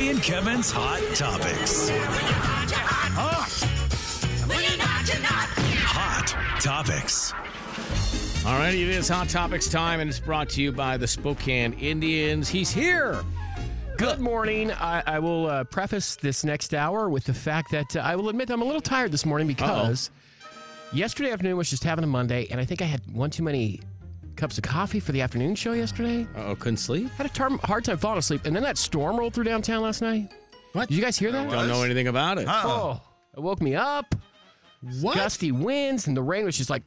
and Kevin's Hot Topics. Hot Topics. All right, it is Hot Topics time, and it's brought to you by the Spokane Indians. He's here. Good morning. I, I will uh, preface this next hour with the fact that uh, I will admit I'm a little tired this morning because yesterday afternoon was just having a Monday, and I think I had one too many cups of coffee for the afternoon show yesterday. Uh oh, couldn't sleep? Had a tar- hard time falling asleep, and then that storm rolled through downtown last night. What? Did you guys hear that? Don't know anything about it. Oh, it woke me up. What? Gusty winds and the rain was just like,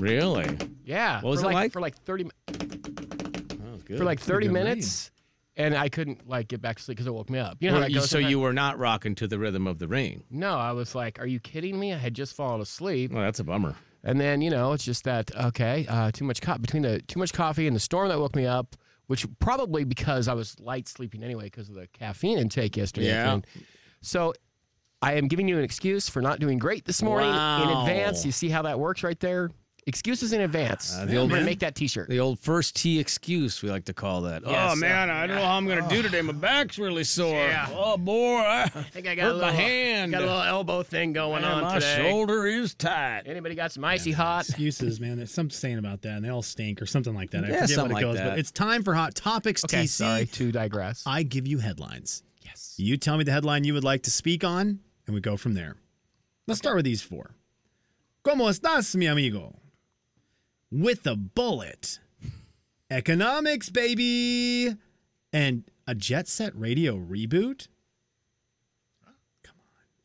Really? yeah. What was for it like? For like thirty mi- That was Oh, good. for like Pretty thirty good read. minutes, and I couldn't like get back to sleep because it woke me up. You know Well, how that you- goes. so sometimes? you were not rocking to the rhythm of the rain. No, I was like, "Are you kidding me? I had just fallen asleep." Well, that's a bummer. And then you know, it's just that okay, uh, too much co- between the too much coffee and the storm that woke me up, which probably because I was light sleeping anyway because of the caffeine intake yesterday. Yeah. afternoon. So I am giving you an excuse for not doing great this morning in Wow. advance. You see how that works right there. Excuses in advance. Uh, the old I'm gonna man. make that T-shirt. The old first tee excuse, we like to call that. Yes, Oh. oh, uh, man, I don't know how I'm going to do today. My back's really sore. Oh, boy. I, think I got hurt a little- my hand. Got a little elbow thing going Man, on my today. shoulder is tight. Anybody got some icy hot? excuses, man. There's something saying about that, and they all stink or something like that. Yeah, I forget what something it like goes, that. but it's time for Hot Topics Okay, TC. sorry to digress. I give you headlines. Yes. You tell me the headline you would like to speak on, and we go from there. Let's start with these four. ¿Cómo estás, mi amigo? With a bullet. Economics, baby. And a Jet Set Radio reboot?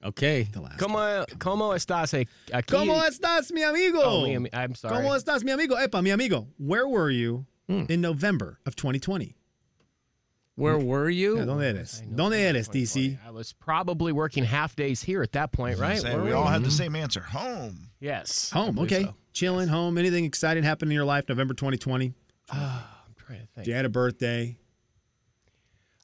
Okay. The last one. Como, como estás eh, aquí? ¿Cómo estás, mi amigo? Oh, mi ami- I'm sorry. Hmm. ¿Cómo estás, mi amigo? Epa, mi amigo. Where were you in November of 2020? Where were you? Yeah, ¿Dónde eres? ¿Dónde eres, DC? I was probably working half days here at that point, right? Say, Were we all had the same answer. Home. Yes. I Mm-hmm. Home, believe okay. so. Chilling, home. Anything exciting happened in your life November 2020? I'm trying to think. You had a birthday.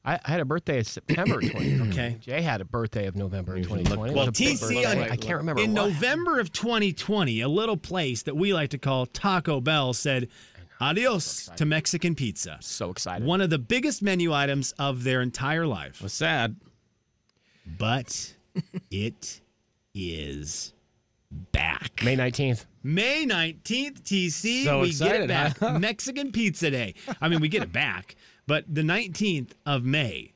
I, I had a birthday in September of 2020. Okay. Jay had a birthday of November of 2020. Well, It was a big TC birthday. on- I can't remember. In what. November of 2020, a little place that we like to call Taco Bell said adios to Mexican pizza. So excited. One of the biggest menu items of their entire life. was sad. But it is back. May 19th. May 19th, TC, So we get excited, it back. huh? Mexican Pizza Day. I mean, we get it back, but the 19th of May,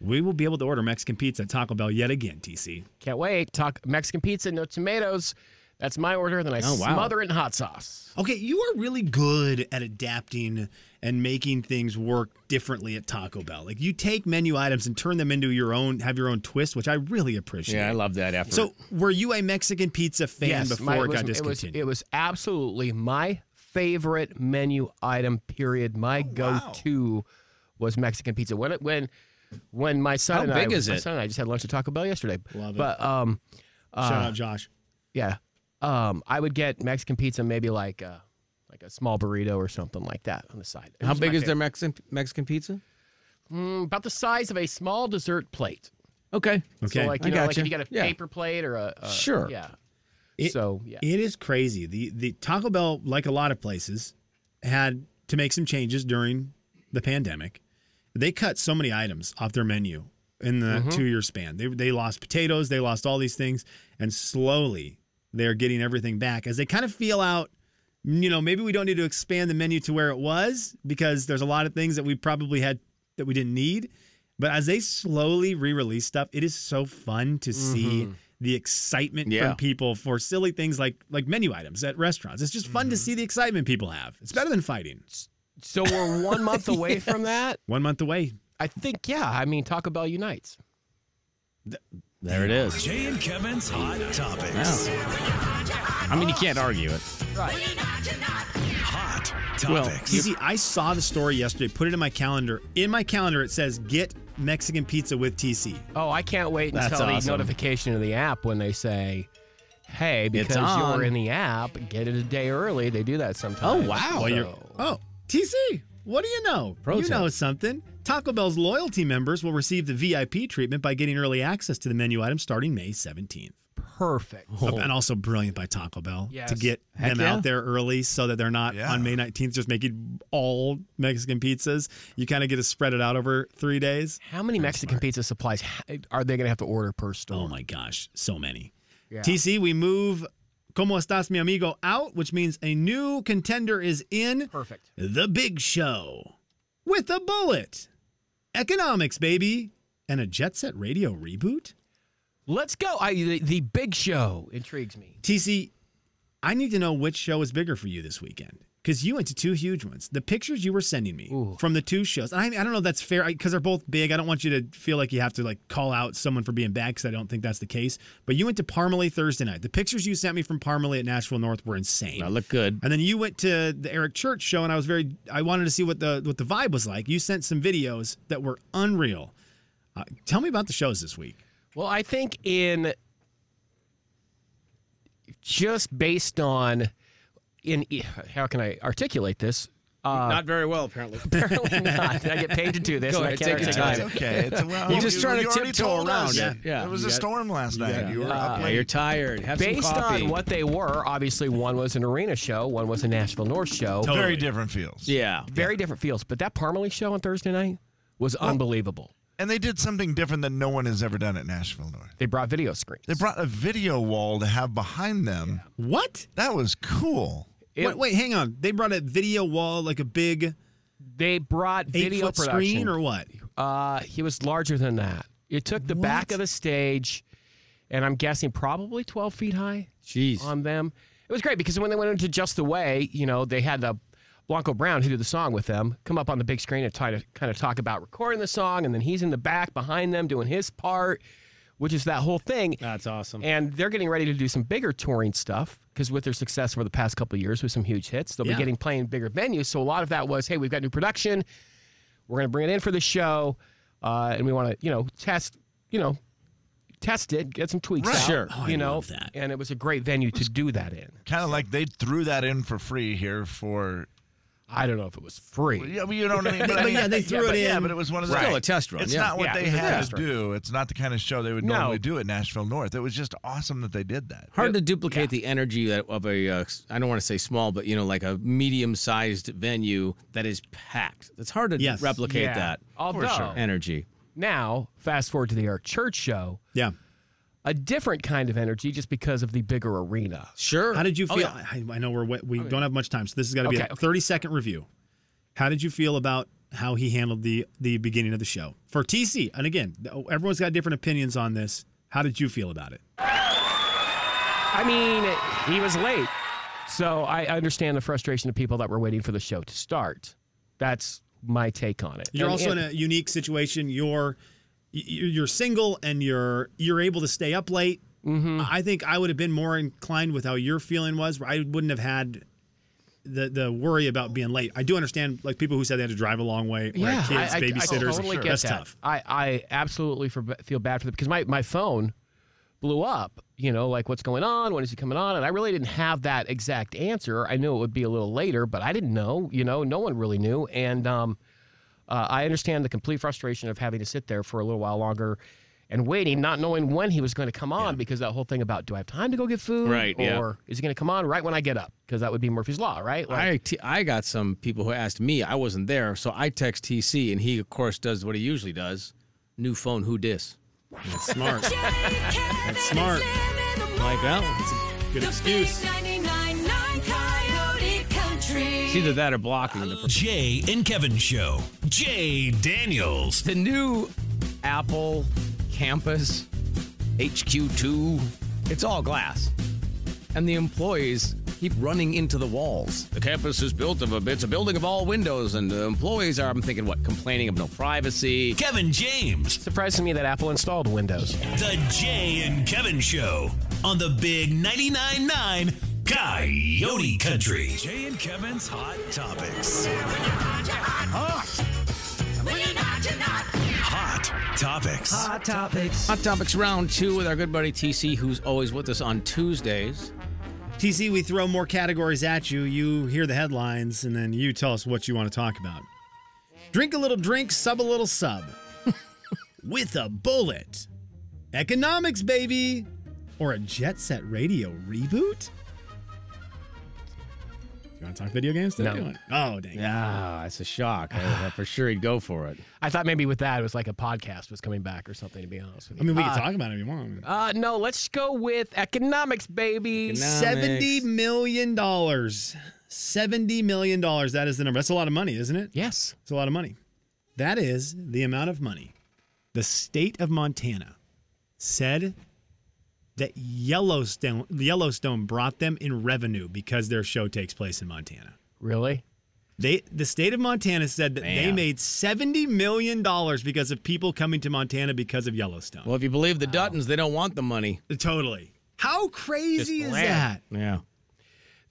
we will be able to order Mexican pizza at Taco Bell yet again, TC. Can't wait. Talk Mexican pizza, no tomatoes. That's my order. Then I Oh, wow. smother it in hot sauce. Okay, you are really good at adapting and making things work differently at Taco Bell. Like you take menu items and turn them into your own, have your own twist, which I really appreciate. Yeah, I love that effort. So, were you a Mexican pizza fan yes, before my- it got was, discontinued? was, it was absolutely my favorite menu item. Period. Oh, My go-to was Mexican pizza. When it, when when my son How and big I, is my it? son and I just had lunch at Taco Bell yesterday. Love it. But um, Shout out, Josh. yeah, um, I would get Mexican pizza, maybe like a, like a small burrito or something like that on the side. It How was big my is their Mexican Mexican pizza? favorite. about the size of a small dessert plate? Okay. Okay. so like I you know, like gotcha. if you got a Yeah. paper plate or a, a Sure. yeah. It- so yeah, It is crazy. The the Taco Bell, like a lot of places, had to make some changes during the pandemic. They cut so many items off their menu in the two year span. They they lost potatoes, they lost all these things, and slowly they're getting everything back as they kind of feel out. You know, maybe we don't need to expand the menu to where it was because there's a lot of things that we probably had that we didn't need. But as they slowly re-release stuff, it is so fun to see the excitement Mm-hmm. Yeah. from people for silly things like like menu items at restaurants. It's just fun Mm-hmm. to see the excitement people have. It's better than fighting. so we're one month away from that. One month away. I think yeah. I mean Taco Bell unites. There it is. Jay and Kevin's Hot Topics. I mean, you can't argue it. Hot Well, Topics. You see, I saw the story yesterday. Put it in my calendar. In my calendar, it says get Mexican pizza with TC. Oh, I can't wait That's until the awesome. notification of the app when they say, "Hey, because on. you're in the app, get it a day early." They do that sometimes. Oh, wow. So- Well, You're- oh, TC. What do you know? Pro you tip. know something. Taco Bell's loyalty members will receive the VIP treatment by getting early access to the menu item starting May 17th. perfect. Oh. And also brilliant by Taco Bell Yes. to get Heck them yeah. out there early so that they're not Yeah. on May 19th just making all Mexican pizzas. You kind of get to spread it out over three days. How many Mexican pizza supplies ha- are they going to have to order per store? Oh my gosh, so many. Yeah. TC, we move Como Estás Mi Amigo out, which means a new contender is in Perfect. The Big Show with a bullet. Economics, baby. And a Jet Set Radio reboot? Let's go. I, the, the big show intrigues me. TC, I need to know which show is bigger for you this weekend because you went to two huge ones. The pictures you were sending me from the two shows, I, I don't know if that's fair because they're both big. I don't want you to feel like you have to like call out someone for being bad because I don't think that's the case. But you went to Parmalee Thursday night. The pictures you sent me from Parmalee at Nashville North were insane. I look good. And then you went to the Eric Church show, and I was very I wanted to see what the what the vibe was like. You sent some videos that were unreal. Uh, tell me about the shows this week. Well, I think in just based on in how can I articulate this? Uh, Not very well, apparently. Apparently not. I get paid to do this. Go and ahead, I can't take your articulate time. It's it. okay. It's well. You're just trying to you already tiptoe told around us. it. Yeah. It was You a got- storm last night. You were up Yeah, late. Uh, you're tired. Have some Based coffee. on what they were, obviously one was an arena show, one was a Nashville North show. Very Totally. different feels. Yeah. Very different feels. But that Parmalee show on Thursday night was unbelievable. And they did something different than no one has ever done at Nashville North. They brought video screens. They brought a video wall to have behind them. What? That was cool. It- wait, wait, hang on. They brought a video wall, like a big They brought eight video foot production. screen, or what? Uh, he was larger than that. It took the back What? of the stage, and I'm guessing probably 12 feet high Jeez. on them. It was great because when they went into Just the Way, you know, they had the Blanco Brown, who did the song with them, come up on the big screen and try to kind of talk about recording the song, and then he's in the back behind them doing his part, which is that whole thing. That's awesome. And they're getting ready to do some bigger touring stuff because with their success over the past couple of years with some huge hits, they'll Yeah. be getting playing bigger venues. So a lot of that was, hey, we've got new production, we're going to bring it in for the show, uh, and we want to, you know, test, you know, test it, get some tweaks Right. out, Sure. Oh, I you know, love that. and it was a great venue to do that in. Kind of like they threw that in for free here for. I don't know if it was free. Yeah, but you know what I mean. But, I But mean- yeah, they threw but it Yeah, in. but it was one of Still those- a test run, It's yeah. not what Yeah, it they was a had test to run. do. It's not the kind of show they would No. normally do at Nashville North. It was just awesome that they did that. Hard to duplicate the energy that- of a, uh, I don't want to say small, but, you know, like a medium sized venue that is packed. It's hard to Yes. replicate Yeah. that Although, energy. now, fast forward to the Eric Church show, Yeah. a different kind of energy just because of the bigger arena. Sure. How did you Oh, feel? yeah. I, I know we're wet- we don't have much time, so this is got to be Okay, a okay. thirty second review. How did you feel about how he handled the the beginning of the show for TC? And again, th- everyone's got different opinions on this. How did you feel about it? I mean, he was late. So I understand the frustration of people that were waiting for the show to start. That's my take on it. You're And- also and- in a unique situation. You're y- you're single and you're you're able to stay up late. Mm-hmm. I think I would have been more inclined with how your feeling was. where I wouldn't have had the the worry about being late. I do understand like people who said they had to drive a long way, or had kids, babysitters. totally get That's that. tough. I, I absolutely for, feel bad for them because my, my phone blew up. You know, like what's going on? When is he coming on? And I really didn't have that exact answer. I knew it would be a little later, but I didn't know. You know, no one really knew. And um, uh, I understand the complete frustration of having to sit there for a little while longer and waiting, not knowing when he was going to come on because that whole thing about do I have time to go get food? Right, Or yeah. is he going to come on right when I get up? Because that would be Murphy's Law, right? Like, I, t- I got some people who asked me. I wasn't there, so I text TC, and he, of course, does what he usually does: new phone, who dis? That's smart. That's smart. Like that one. good excuse. It's either that or blocking the. Jay and Kevin Show. Jay Daniels. The new Apple campus HQ2, it's all glass. And the employees keep running into the walls. The campus is built of a it's a building of all windows and the employees are I'm thinking what complaining of no privacy. Kevin James. surprised to me that Apple installed Windows. The Jay and Kevin Show on the Big 99.9 9 Coyote Country. Jay and Kevin's Hot Topics. Hot Topics. Hot topics round 2 with our good buddy TC who's always with us on Tuesdays. TC, we throw more categories at you. You hear the headlines, and then you tell us what you want to talk about. Drink a little drink, sub a little sub. With a bullet. Economics, baby. or a Jet Set Radio reboot? You want to talk video games? No. Don't do it. Oh, dang. Ah, it's a shock. I thought for sure he'd go for it. I thought maybe with that it was like a podcast was coming back or something. To be honest with I you. mean, we uh, can talk about it if you want. Uh, no, let's go with economics, baby. Economics. $70 million. $70 million. That is the number. That's a lot of money, isn't it? Yes. It's a lot of money. That is the amount of money the state of Montana said that Yellowstone Yellowstone brought them in revenue because their show takes place in Montana. Really? They the state of Montana said that they Man. made 70 million dollars because of people coming to Montana because of Yellowstone. Well, if you believe the Duttons, they don't want the money. totally. How crazy is bland. that? Yeah.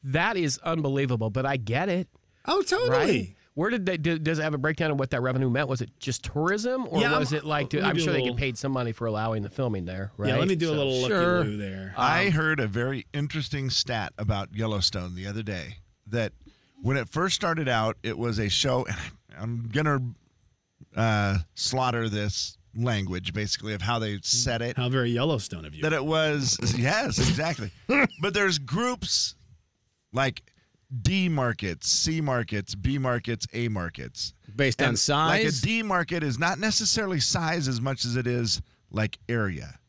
That is unbelievable, but I get it. Oh, totally. Right? Where did they do, does it have a breakdown of what that revenue meant? Was it just tourism, or Yeah, was I'm- it like? let me I'm do a sure they little- get paid some money for allowing the filming there, right? Yeah, let me do a So- little sure. looky-loo there. I heard a very interesting stat about Yellowstone the other day that when it first started out, it was a show. I'm gonna uh, slaughter this language basically of how they said it. How very Yellowstone of you. That it was yes, exactly. but there's groups like D markets, C markets, B markets, A markets. Based on And Like a size. D market is not necessarily size as much as it is like area.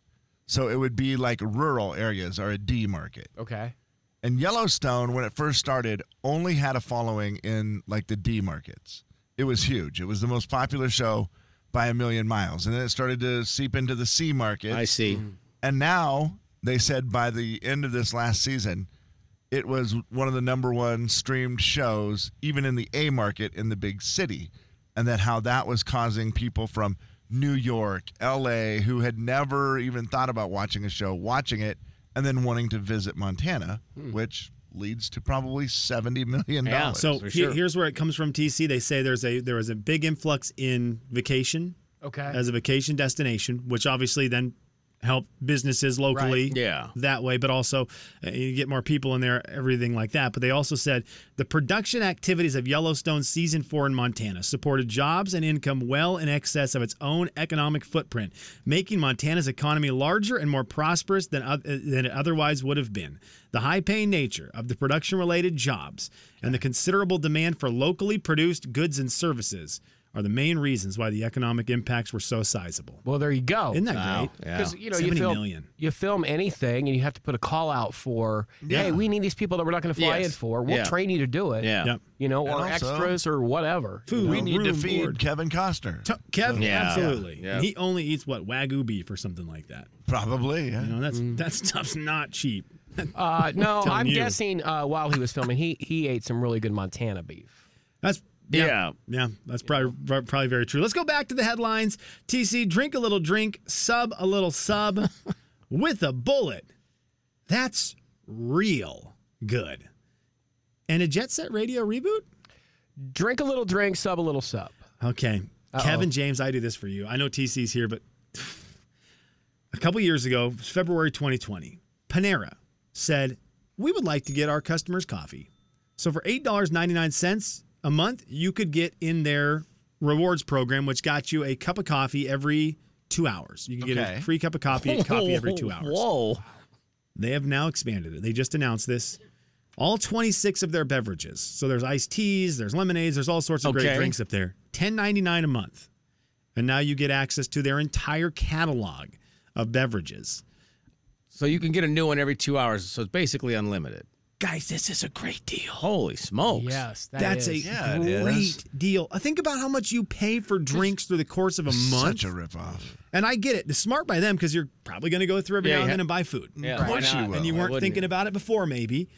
So it would be like rural areas are a D market. Okay. And Yellowstone, when it first started, only had a following in like the D markets. It was huge. It was the most popular show by a million miles. And then it started to seep into the C market. I see. Mm-hmm. And now they said by the end of this last season, it was one of the number one streamed shows, even in the A market in the big city. And that how that was causing people from New York, LA, who had never even thought about watching a show, watching it, and then wanting to visit Montana, which leads to probably $70 million. Yeah, So for he- sure. here's where it comes from. TC. They say there's a there was a big influx in vacation Okay. as a vacation destination, which obviously then help businesses locally Yeah. that way, but also uh, you get more people in there, everything like that. But they also said the production activities of Yellowstone season four in Montana supported jobs and income well in excess of its own economic footprint, making Montana's economy larger and more prosperous than, oth- uh, than it otherwise would have been. The high paying nature of the production related jobs and the considerable demand for locally produced goods and services are the main reasons why the economic impacts were so sizable. well, there you go. Isn't that great? Yeah. Because you know you 70 film million. you film anything and you have to put a call out for hey we need these people that we're not going to fly Yes. in for we'll Yeah. train you to do it Yeah. Yep. you know or also- extras or whatever you Food, know? we need to room, feed board. Kevin Costner. To- Kev, Yeah. absolutely. Yeah. And he only eats what wagyu beef or something like that. probably. Yeah. You know, that's Mm. that stuff's not cheap. Uh, no Telling I'm you. guessing uh, while he was filming he he ate some really good Montana beef That's Yeah. yeah, that's probably pro- probably very true. Let's go back to the headlines. TC, drink a little drink, sub a little sub, with a bullet. That's real good. And a Jet Set Radio reboot. drink a little drink sub a little sub Okay. Kevin James, I do this for you. I know TC's here, but a couple years ago, February 2020, Panera said, We would like to get our customers coffee. So for $8.99 a month, you could get in their rewards program, which got you a cup of coffee every two hours. You could get a Okay. free cup of coffee, coffee every two hours. Whoa. They have now expanded it. They just announced this. All 26 of their beverages. So there's iced teas, there's lemonades, there's all sorts of great Okay. drinks up there. 10.99 a month. And now you get access to their entire catalog of beverages. So you can get a new one every two hours. So it's basically unlimited. Guys, this is a great deal. Holy smokes. yes that That's a is. Yeah, it is. great deal. Uh, Think about how much you pay for drinks through the course of a month. Such a ripoff. and I get it. It's smart by them because you're probably going to go through every Yeah, now you and ha- then and buy food. Yeah, Of why course you not? will. and you Why weren't wouldn't thinking you? about it before maybe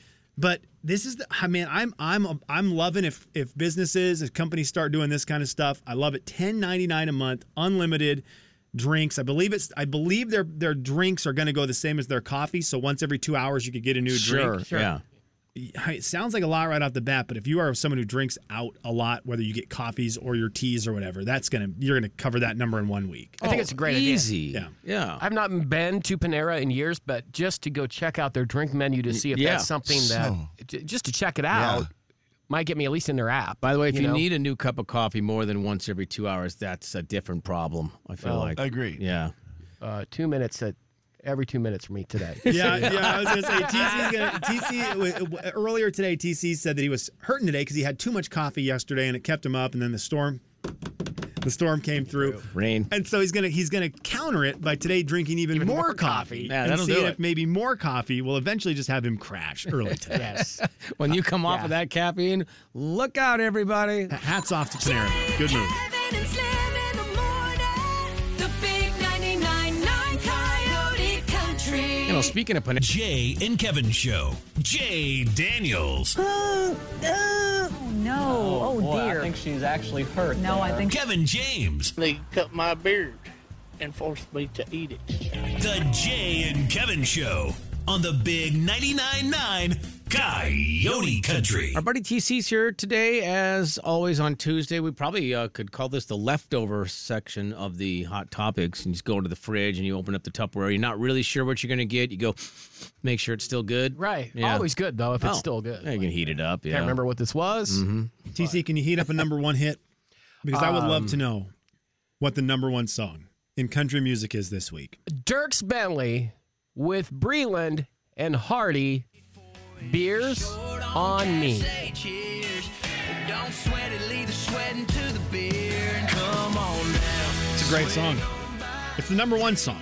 but this is the i mean i'm i'm i'm loving if if businesses if companies start doing this kind of stuff i love it 10.99 a month unlimited drinks i believe it's i believe their their drinks are going to go the same as their coffee so once every two hours you could get a new Sure. drink Yeah. it sounds like a lot right off the bat but if you are someone who drinks out a lot whether you get coffees or your teas or whatever that's going to you're going to cover that number in one week I think it's a Oh, great idea. Easy. Yeah. Yeah. I've not been to Panera in years, but just to go check out their drink menu to see if Yeah. that's something So- that j- just to check it out might get me at least in their app. By the way, if you, know? need a new cup of coffee more than once every two hours, that's a different problem. I feel like. Agreed. Yeah. uh, two minutes at every two minutes for me today. Yeah, yeah. I was gonna say TC's gonna TC w- w- earlier today. TC said that he was hurting today because he had too much coffee yesterday and it kept him up. And then the storm, the storm came through, Rain. and so he's gonna he's gonna counter it by today drinking even, more, coffee. Yeah, and that'll see do if it. maybe more coffee will eventually just have him crash early today. yes. When you come off of that caffeine, look out, everybody. Hats off to Panera. Good move. Kevin and Slim in the morning. The big 99.9 Coyote Country. You know, speaking of Panera, Jay and Kevin Show. Jay Daniels. No. Oh, dear. she's actually hurt. no, I think Kevin James. They cut my beard and forced me to eat it. The Jay and Kevin Show on the Big 99.9 Coyote Country. Our buddy TC's here today, as always on Tuesday. We probably uh, could call this the leftover section of the hot topics. And you just go to the fridge and you open up the Tupperware. You're not really sure what you're going to get. You go, make sure it's still good. Right. Yeah. Always good though if it's Oh. still good. Yeah, You can heat it up. Yeah. Can't remember what this was. Mm-hmm. TC, can you heat up a number one hit? Because I would love to know what the number one song in country music is this week. Dirks Bentley with Breland and Hardy. Beers on me. It's a great song. It's the number one song.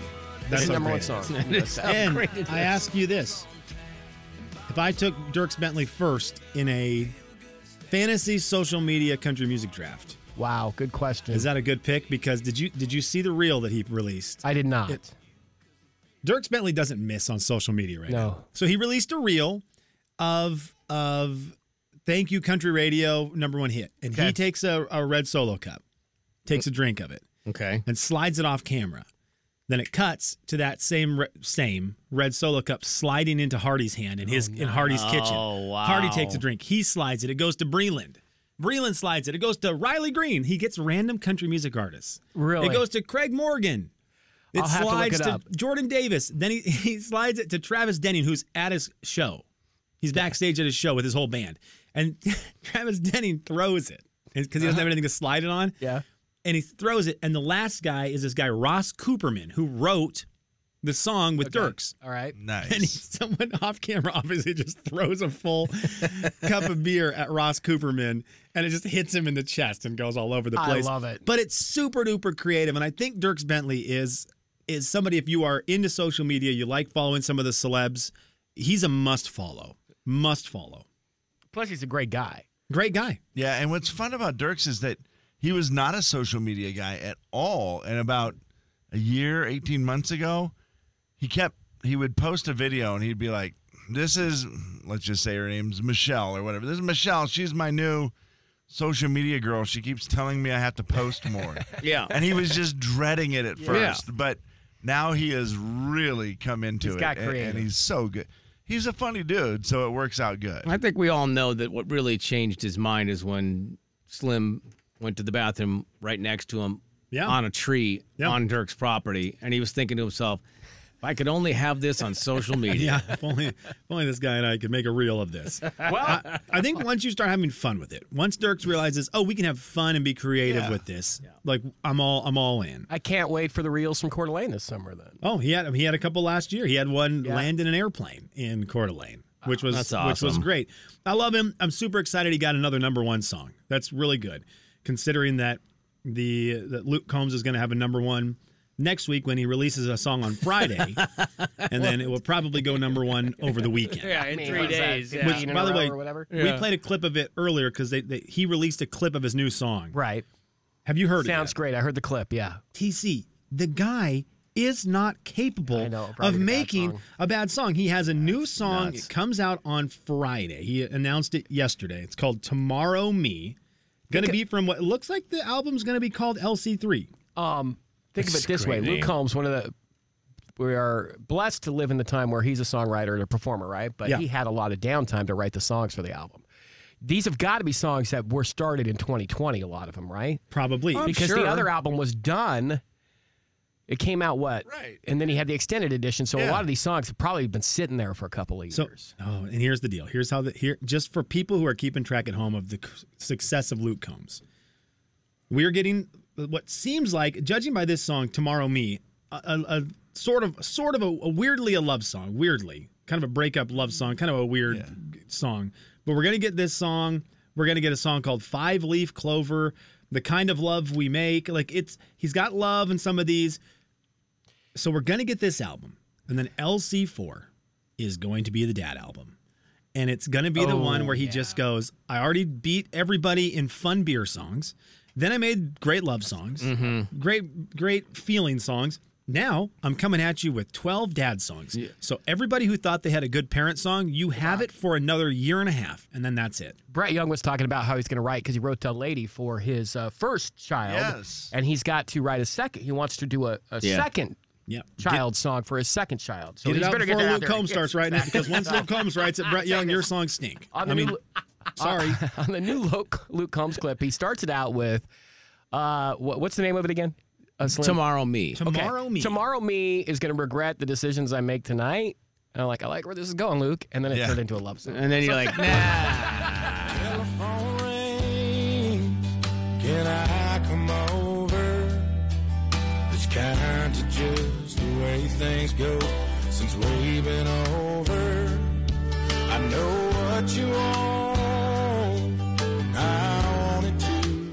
It's That's how the number great one it song. is. Yes. And I ask you this: If I took Dirks Bentley first in a fantasy social media country music draft, wow, good question. is that a good pick? Because did you did you see the reel that he released? I did not. Dirks Bentley doesn't miss on social media right No. now. So he released a reel of of Thank You Country Radio number one hit, and he takes a, a red solo cup, takes a drink of it. Okay. and slides it off camera. Then it cuts to that same re- same red solo cup sliding into Hardy's hand in his in Hardy's kitchen. Oh, wow. Hardy takes a drink. He slides it. It goes to Breland. Breland slides it. It goes to Riley Green. He gets random country music artists. Really? It goes to Craig Morgan. It I'll have to look slides it up. Jordan Davis. Then he, he slides it to Travis Denning, who's at his show. He's backstage at his show with his whole band. And Travis Denning throws it because he doesn't Uh-huh. have anything to slide it on Yeah. and he throws it. And the last guy is this guy Ross Cooperman, who wrote the song with Dirks. All right. Nice. And he, someone off camera obviously just throws a full cup of beer at Ross Cooperman, and it just hits him in the chest and goes all over the I place. love it. But it's super duper creative, and I think Dirks Bentley is is somebody. If you are into social media, you like following some of the celebs, he's a must follow. Must follow. Plus, he's a great guy. Great guy. Yeah, and what's fun about Dirks is that he was not a social media guy at all. And about a year, 18 months ago, he kept he would post a video and he'd be like, This is let's just say her name's Michelle or whatever. This is Michelle. She's my new social media girl. She keeps telling me I have to post more. Yeah. And he was just dreading it at first. But now he has really come into He's it. got and- and creative. he's so good. He's a funny dude, so it works out good. I think we all know that what really changed his mind is when Slim went to the bathroom right next to him Yeah. on a tree Yeah. on Dirk's property. And he was thinking to himself, if I could only have this on social media. Yeah, if only, if only this guy and I could make a reel of this. I, I think once you start having fun with it, once Dirks realizes, oh, we can have fun and be creative with this, like I'm all I'm all in. I can't wait for the reels from Coeur d'Alene this summer, then. Oh, he had he had a couple last year. He had one Yeah. land in an airplane in Coeur d'Alene, which was that's which was awesome. great. I love him. I'm super excited he got another number one song. That's really good, considering that the that Luke Combs is going to have a number one next week when he releases a song on Friday, and then it will probably go number one over the weekend. in three days. Which, by the way, or whatever. we played a clip of it earlier because they, they he released a clip of his new song. Right. Have you heard Sounds it? great. I heard the clip. Yeah. Yet? TC, the guy is not capable I know, probably of did a bad making song. a bad song. He has a new song. It comes out on Friday. He announced it yesterday. It's called Tomorrow Me. Gonna be from what looks like the album's gonna be called LC3. Um, think of That's it this a great way: Luke name. Combs, one of the we are blessed to live in the time where he's a songwriter and a performer, right? But Yeah. he had a lot of downtime to write the songs for the album. These have got to be songs that were started in 2020, a lot of them, right? Probably. because the other album was done. It came out what? Right. And then he had the extended edition, so a Yeah. lot of these songs have probably been sitting there for a couple of So, years. oh, and here's the deal. Here's how the here just for people who are keeping track at home of the c- success of Luke Combs. We are getting what seems like, judging by this song, "Tomorrow Me," a, a, a sort of sort of a, a weirdly a love song, weirdly kind of a breakup love song, kind of a weird g- song. But we're gonna get this song. We're gonna get a song called Five Leaf Clover, the kind of love we make. Like it's he's got love in some of these. So we're gonna get this album, and then LC4 is going to be the dad album. And it's going to be the Oh, one where he just goes, I already beat everybody in fun beer songs. Then I made great love songs, Mm-hmm. great, great feeling songs. Now I'm coming at you with 12 dad songs. So everybody who thought they had a good parent song, you have it for another year and a half, and then that's it. Brett Young was talking about how he's going to write because he wrote to a lady for his uh, first child. Yes. And he's got to write a second. He wants to do a, a Yeah. second Yeah. child song for his second child. So Get it he's out better get before that out Luke there. Combs starts right now, because once Luke Combs writes it, Brett Young, your song stink. On I the mean, new- uh, sorry. on the new Luke, Luke Combs clip, he starts it out with, uh, what, what's the name of it again? Uh, Slim? Tomorrow me. Okay. Tomorrow me. Tomorrow me is going to regret the decisions I make tonight. And I'm like, I like where this is going, Luke. And then it Yeah. turned into a love song. And then you're like, nah. Telephone ring. Can I come over? It's kinda just the way things go since we've been over. I know what you want. I want it too.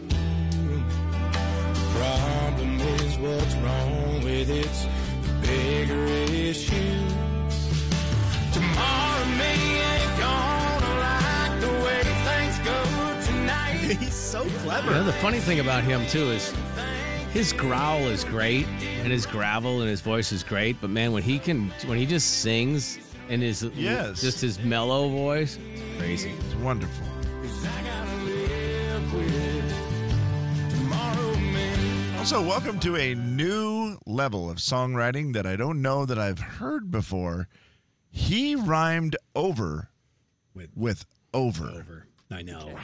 The problem is what's wrong with it's the bigger issue. Tomorrow me ain't gonna like the way things go tonight. He's so clever. You know, the funny thing about him too is his growl is great and his gravel and his voice is great, but man, when he can when he just sings and his Yes. just his mellow voice, it's crazy. It's wonderful. Cause I gotta live with tomorrow me. Also, welcome to a new level of songwriting that I don't know that I've heard before. He rhymed over With- with over. Over. I know.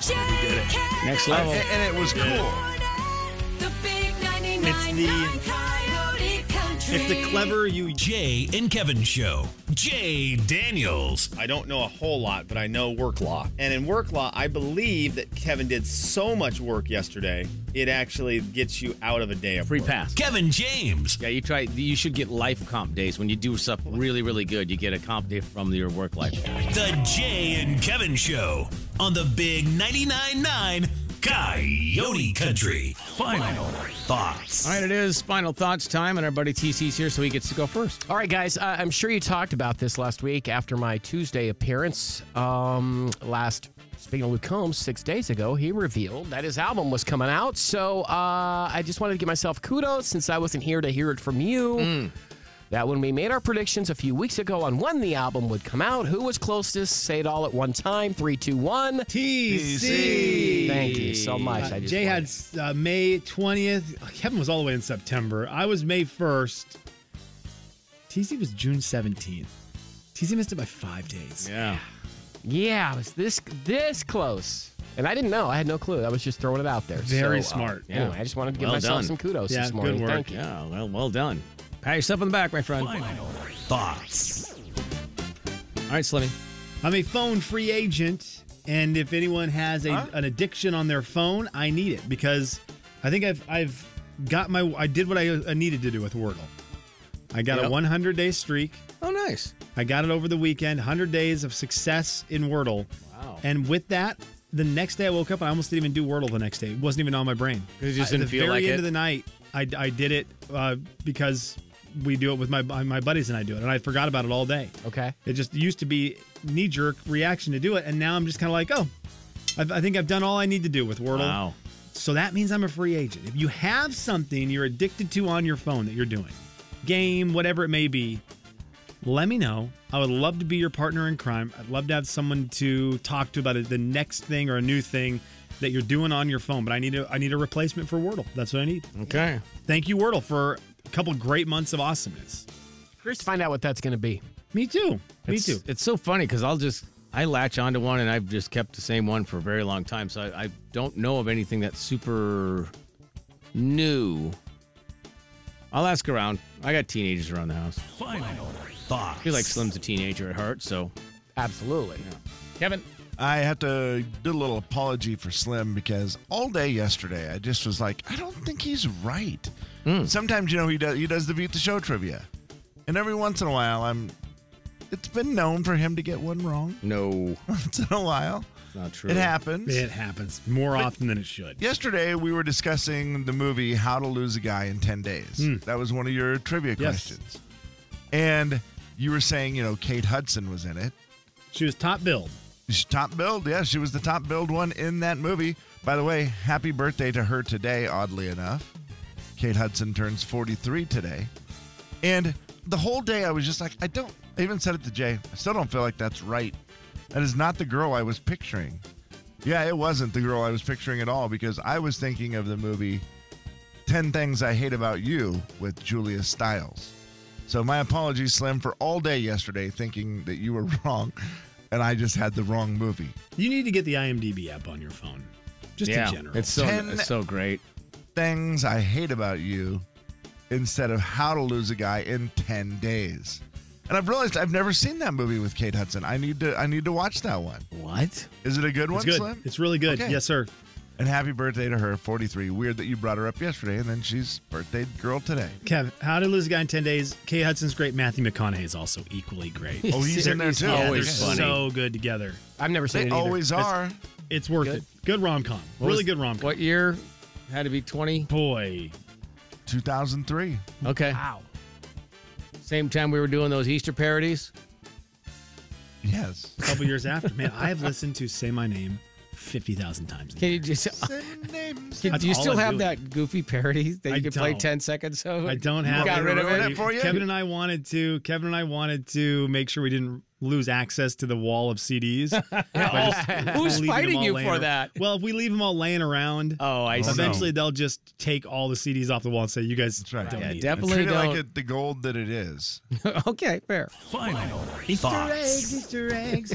Jay, Kevin, Next And, level. and it was cool. the big 99.9 It's Coyote Country. It's the clever you. Jay and Kevin Show. Jay Daniels. I don't know a whole lot, but I know work law. And in work law, I believe that Kevin did so much work yesterday, it actually gets you out of a day of Free work. pass. Kevin James. Yeah, you try you should get life comp days. When you do stuff really, really good, you get a comp day from your work life. The Jay and Kevin Show on the Big 99.9 9 Coyote Country. Final thoughts. All right, it is final thoughts time, and our buddy TC's here, so he gets to go first. All right, guys. Uh, I'm sure you talked about this last week after my Tuesday appearance. Um, last, speaking of Luke Combs, six days ago, he revealed that his album was coming out. So uh, I just wanted to give myself kudos since I wasn't here to hear it from you. That when we made our predictions a few weeks ago on when the album would come out, who was closest, say it all at one time. Three, two, one. TC. Thank you so much. I Uh, just Jay wanted- had uh, May 20th. Kevin was all the way in September. I was May 1st. TC was June 17th. TC missed it by five days. Yeah. Yeah, it was this this close. And I didn't know. I had no clue. I was just throwing it out there. Very So, uh, smart. anyway, Yeah. I just wanted to give Well myself done. some kudos Yeah, this good morning. work. Thank you. Yeah, well, well done. Pat yourself on the back, my friend. All Final thoughts. right, Slimmy. I'm a phone free agent, and if anyone has a, an addiction on their phone, I need it because I think I've I've got my I did what I, I needed to do with Wordle. I got a Yep. 100 day streak. Oh, nice. I got it over the weekend. 100 days of success in Wordle. Wow. And with that, the next day I woke up and I almost didn't even do Wordle the next day. It wasn't even on my brain. 'Cause it just I- didn't the feel very like end it? of the night, I, I did it uh, because we do it with my my buddies and I do it, and I forgot about it all day. Okay. It just used to be knee jerk reaction to do it, and now I'm just kind of like, oh, I've, I think I've done all I need to do with Wordle. Wow. So that means I'm a free agent. If you have something you're addicted to on your phone that you're doing, game, whatever it may be, let me know. I would love to be your partner in crime. I'd love to have someone to talk to about it, the next thing or a new thing that you're doing on your phone. But I need a, I need a replacement for Wordle. That's what I need. Okay. Thank you, Wordle, for a couple great months of awesomeness. Curious to find out what that's going to be. Me too. Me it's, too. It's so funny because I'll just I latch onto one and I've just kept the same one for a very long time. So I, I don't know of anything that's super new. I'll ask around. I got teenagers around the house. Final thoughts. I feel like Slim's a teenager at heart, so Absolutely. Kevin. I had to do a little apology for Slim because all day yesterday I just was like, I don't think he's right. Sometimes you know he does he does the beat the show trivia, and every once in a while I'm. It's been known for him to get one wrong No. once in a while. Not true. It happens. It happens more often than it should. Yesterday we were discussing the movie How to Lose a Guy in 10 Days. That was one of your trivia Yes. questions. And you were saying, you know, Kate Hudson was in it. She was top billed. She's top billed. Yeah, she was the top billed one in that movie. By the way, happy birthday to her today, oddly enough. Kate Hudson turns 43 today. And the whole day I was just like, I don't, I even said it to Jay. I still don't feel like that's right. That is not the girl I was picturing. Yeah, it wasn't the girl I was picturing at all because I was thinking of the movie 10 Things I Hate About You with Julia Stiles. So my apologies, Slim, for all day yesterday thinking that you were wrong and I just had the wrong movie. You need to get the IMDb app on your phone, just yeah. in general. It's so Ten- it's so great. Things I Hate About You instead of How to Lose a Guy in 10 Days. And I've realized I've never seen that movie with Kate Hudson. I need to I need to watch that one. What? Is it a good one, It's good. Slim? It's really good. Okay. Yes, sir. And happy birthday to her, 43. Weird that you brought her up yesterday, and then she's birthday girl today. Kev, How to Lose a Guy in 10 Days. Kay Hudson's great. Matthew McConaughey is also equally great. Oh, he's in there too. Yeah, always they're funny. so good together. I've never They seen it. either. always are. It's worth Good. it. Good rom com. Really good rom com. What year? Had to be 20. Boy, 2003. Okay. Wow. Same time we were doing those Easter parodies. Yes. a couple years after. Man, I have listened to Say My Name 50,000 times. Can you just uh, names. Can, That's do you all still I'm have doing. that goofy parody that you I can play don't. 10 seconds of? I don't You have got it. rid of Ruin it. it for you? Kevin and I wanted to. Kevin and I wanted to make sure we didn't lose access to the wall of CDs. by just Who's leaving them fighting all you laying for ar- that? Well, if we leave them all laying around, Oh, I Oh, see. no. eventually they'll just take all the CDs off the wall and say, "You guys right. don't Yeah, need them." Definitely Treat it don't. like it, the gold that it is. okay, fair. Final thoughts. Easter eggs.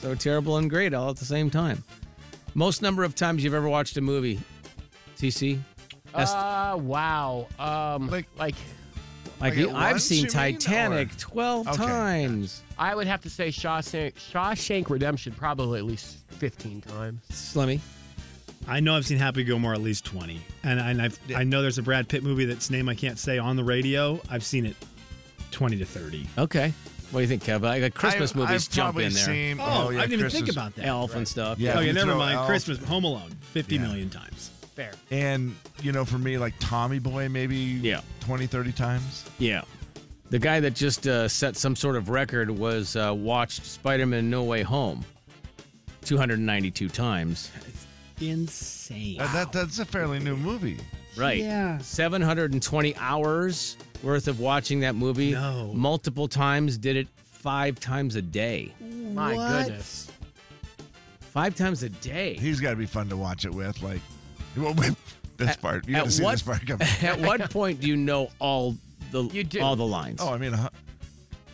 So terrible and great all at the same time. Most number of times you've ever watched a movie, TC? That's- Uh, wow. Um, like, Like- like like at you- I've once, you seen mean, Titanic or- 12 Okay, times. I would have to say Shawshank, Shawshank Redemption probably at least 15 times. Slimmy. I know I've seen Happy Gilmore at least twenty, and and I've, I know there's a Brad Pitt movie that's name I can't say on the radio. I've seen it twenty to thirty. Okay. What do you think, Kev? I got Christmas I've- movies I've jump probably in there. Seen, Oh, yeah, I didn't even Christmas- think about that. Elf and stuff. Yeah. Oh yeah, you never throw mind. Elf. Christmas, Home Alone, fifty Yeah. million times. Fair. And, you know, for me, like Tommy Boy, maybe Yeah. 20, 30 times. Yeah. The guy that just uh, set some sort of record was uh, watched Spider Man No Way Home 292 times. Insane. Uh, that, that's a fairly new movie. Right. Yeah. 720 hours worth of watching that movie. No. Multiple times, did it five times a day. My What? goodness. Five times a day. He's got to be fun to watch it with. Like, well, wait, this part. You at got to see what- this part come. At what point do you know all the You do. all the lines? Oh, I mean, uh,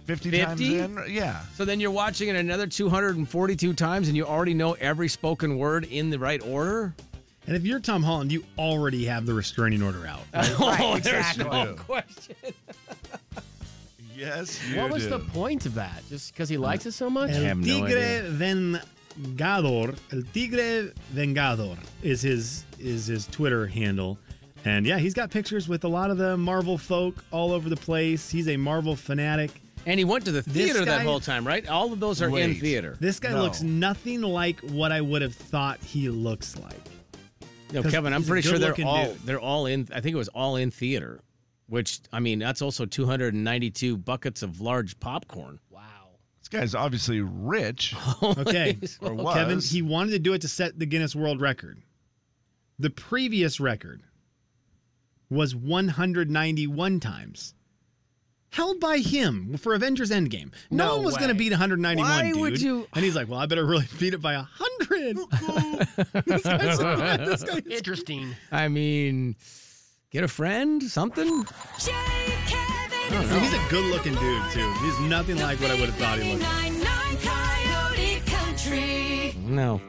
50, times 50? in? Yeah. So then you're watching it another 242 times and you already know every spoken word in the right order? And if you're Tom Holland, you already have the restraining order out. oh, exactly. there's no question. Yes, you What was do. the point of that? Just because he likes it so much? I have El no Tigre Vengador. El Tigre Vengador is his is his Twitter handle. And yeah, he's got pictures with a lot of the Marvel folk all over the place. He's a Marvel fanatic. And he went to the theater that guy- whole time, right? All of those are in Wait. theater. This guy No. looks nothing like what I would have thought he looks like. No, 'Cause Kevin, I'm he's a pretty sure they're good-looking all dude. they're all in. I think it was all in theater, which I mean that's also 292 buckets of large popcorn. wow. This guy's obviously rich, Okay. or was. Kevin, he wanted to do it to set the Guinness World Record. The previous record was 191 times. Held by him for Avengers Endgame. No, No one was going to way. beat 191. Why dude. would you- And he's like, well, I better really beat it by 100. this guy's so bad. This guy is- Interesting. I mean, get a friend, something. Jay, Kevin, and And he's a good looking dude, too. He's nothing like what I would have thought he looked like. Coyote Country. No.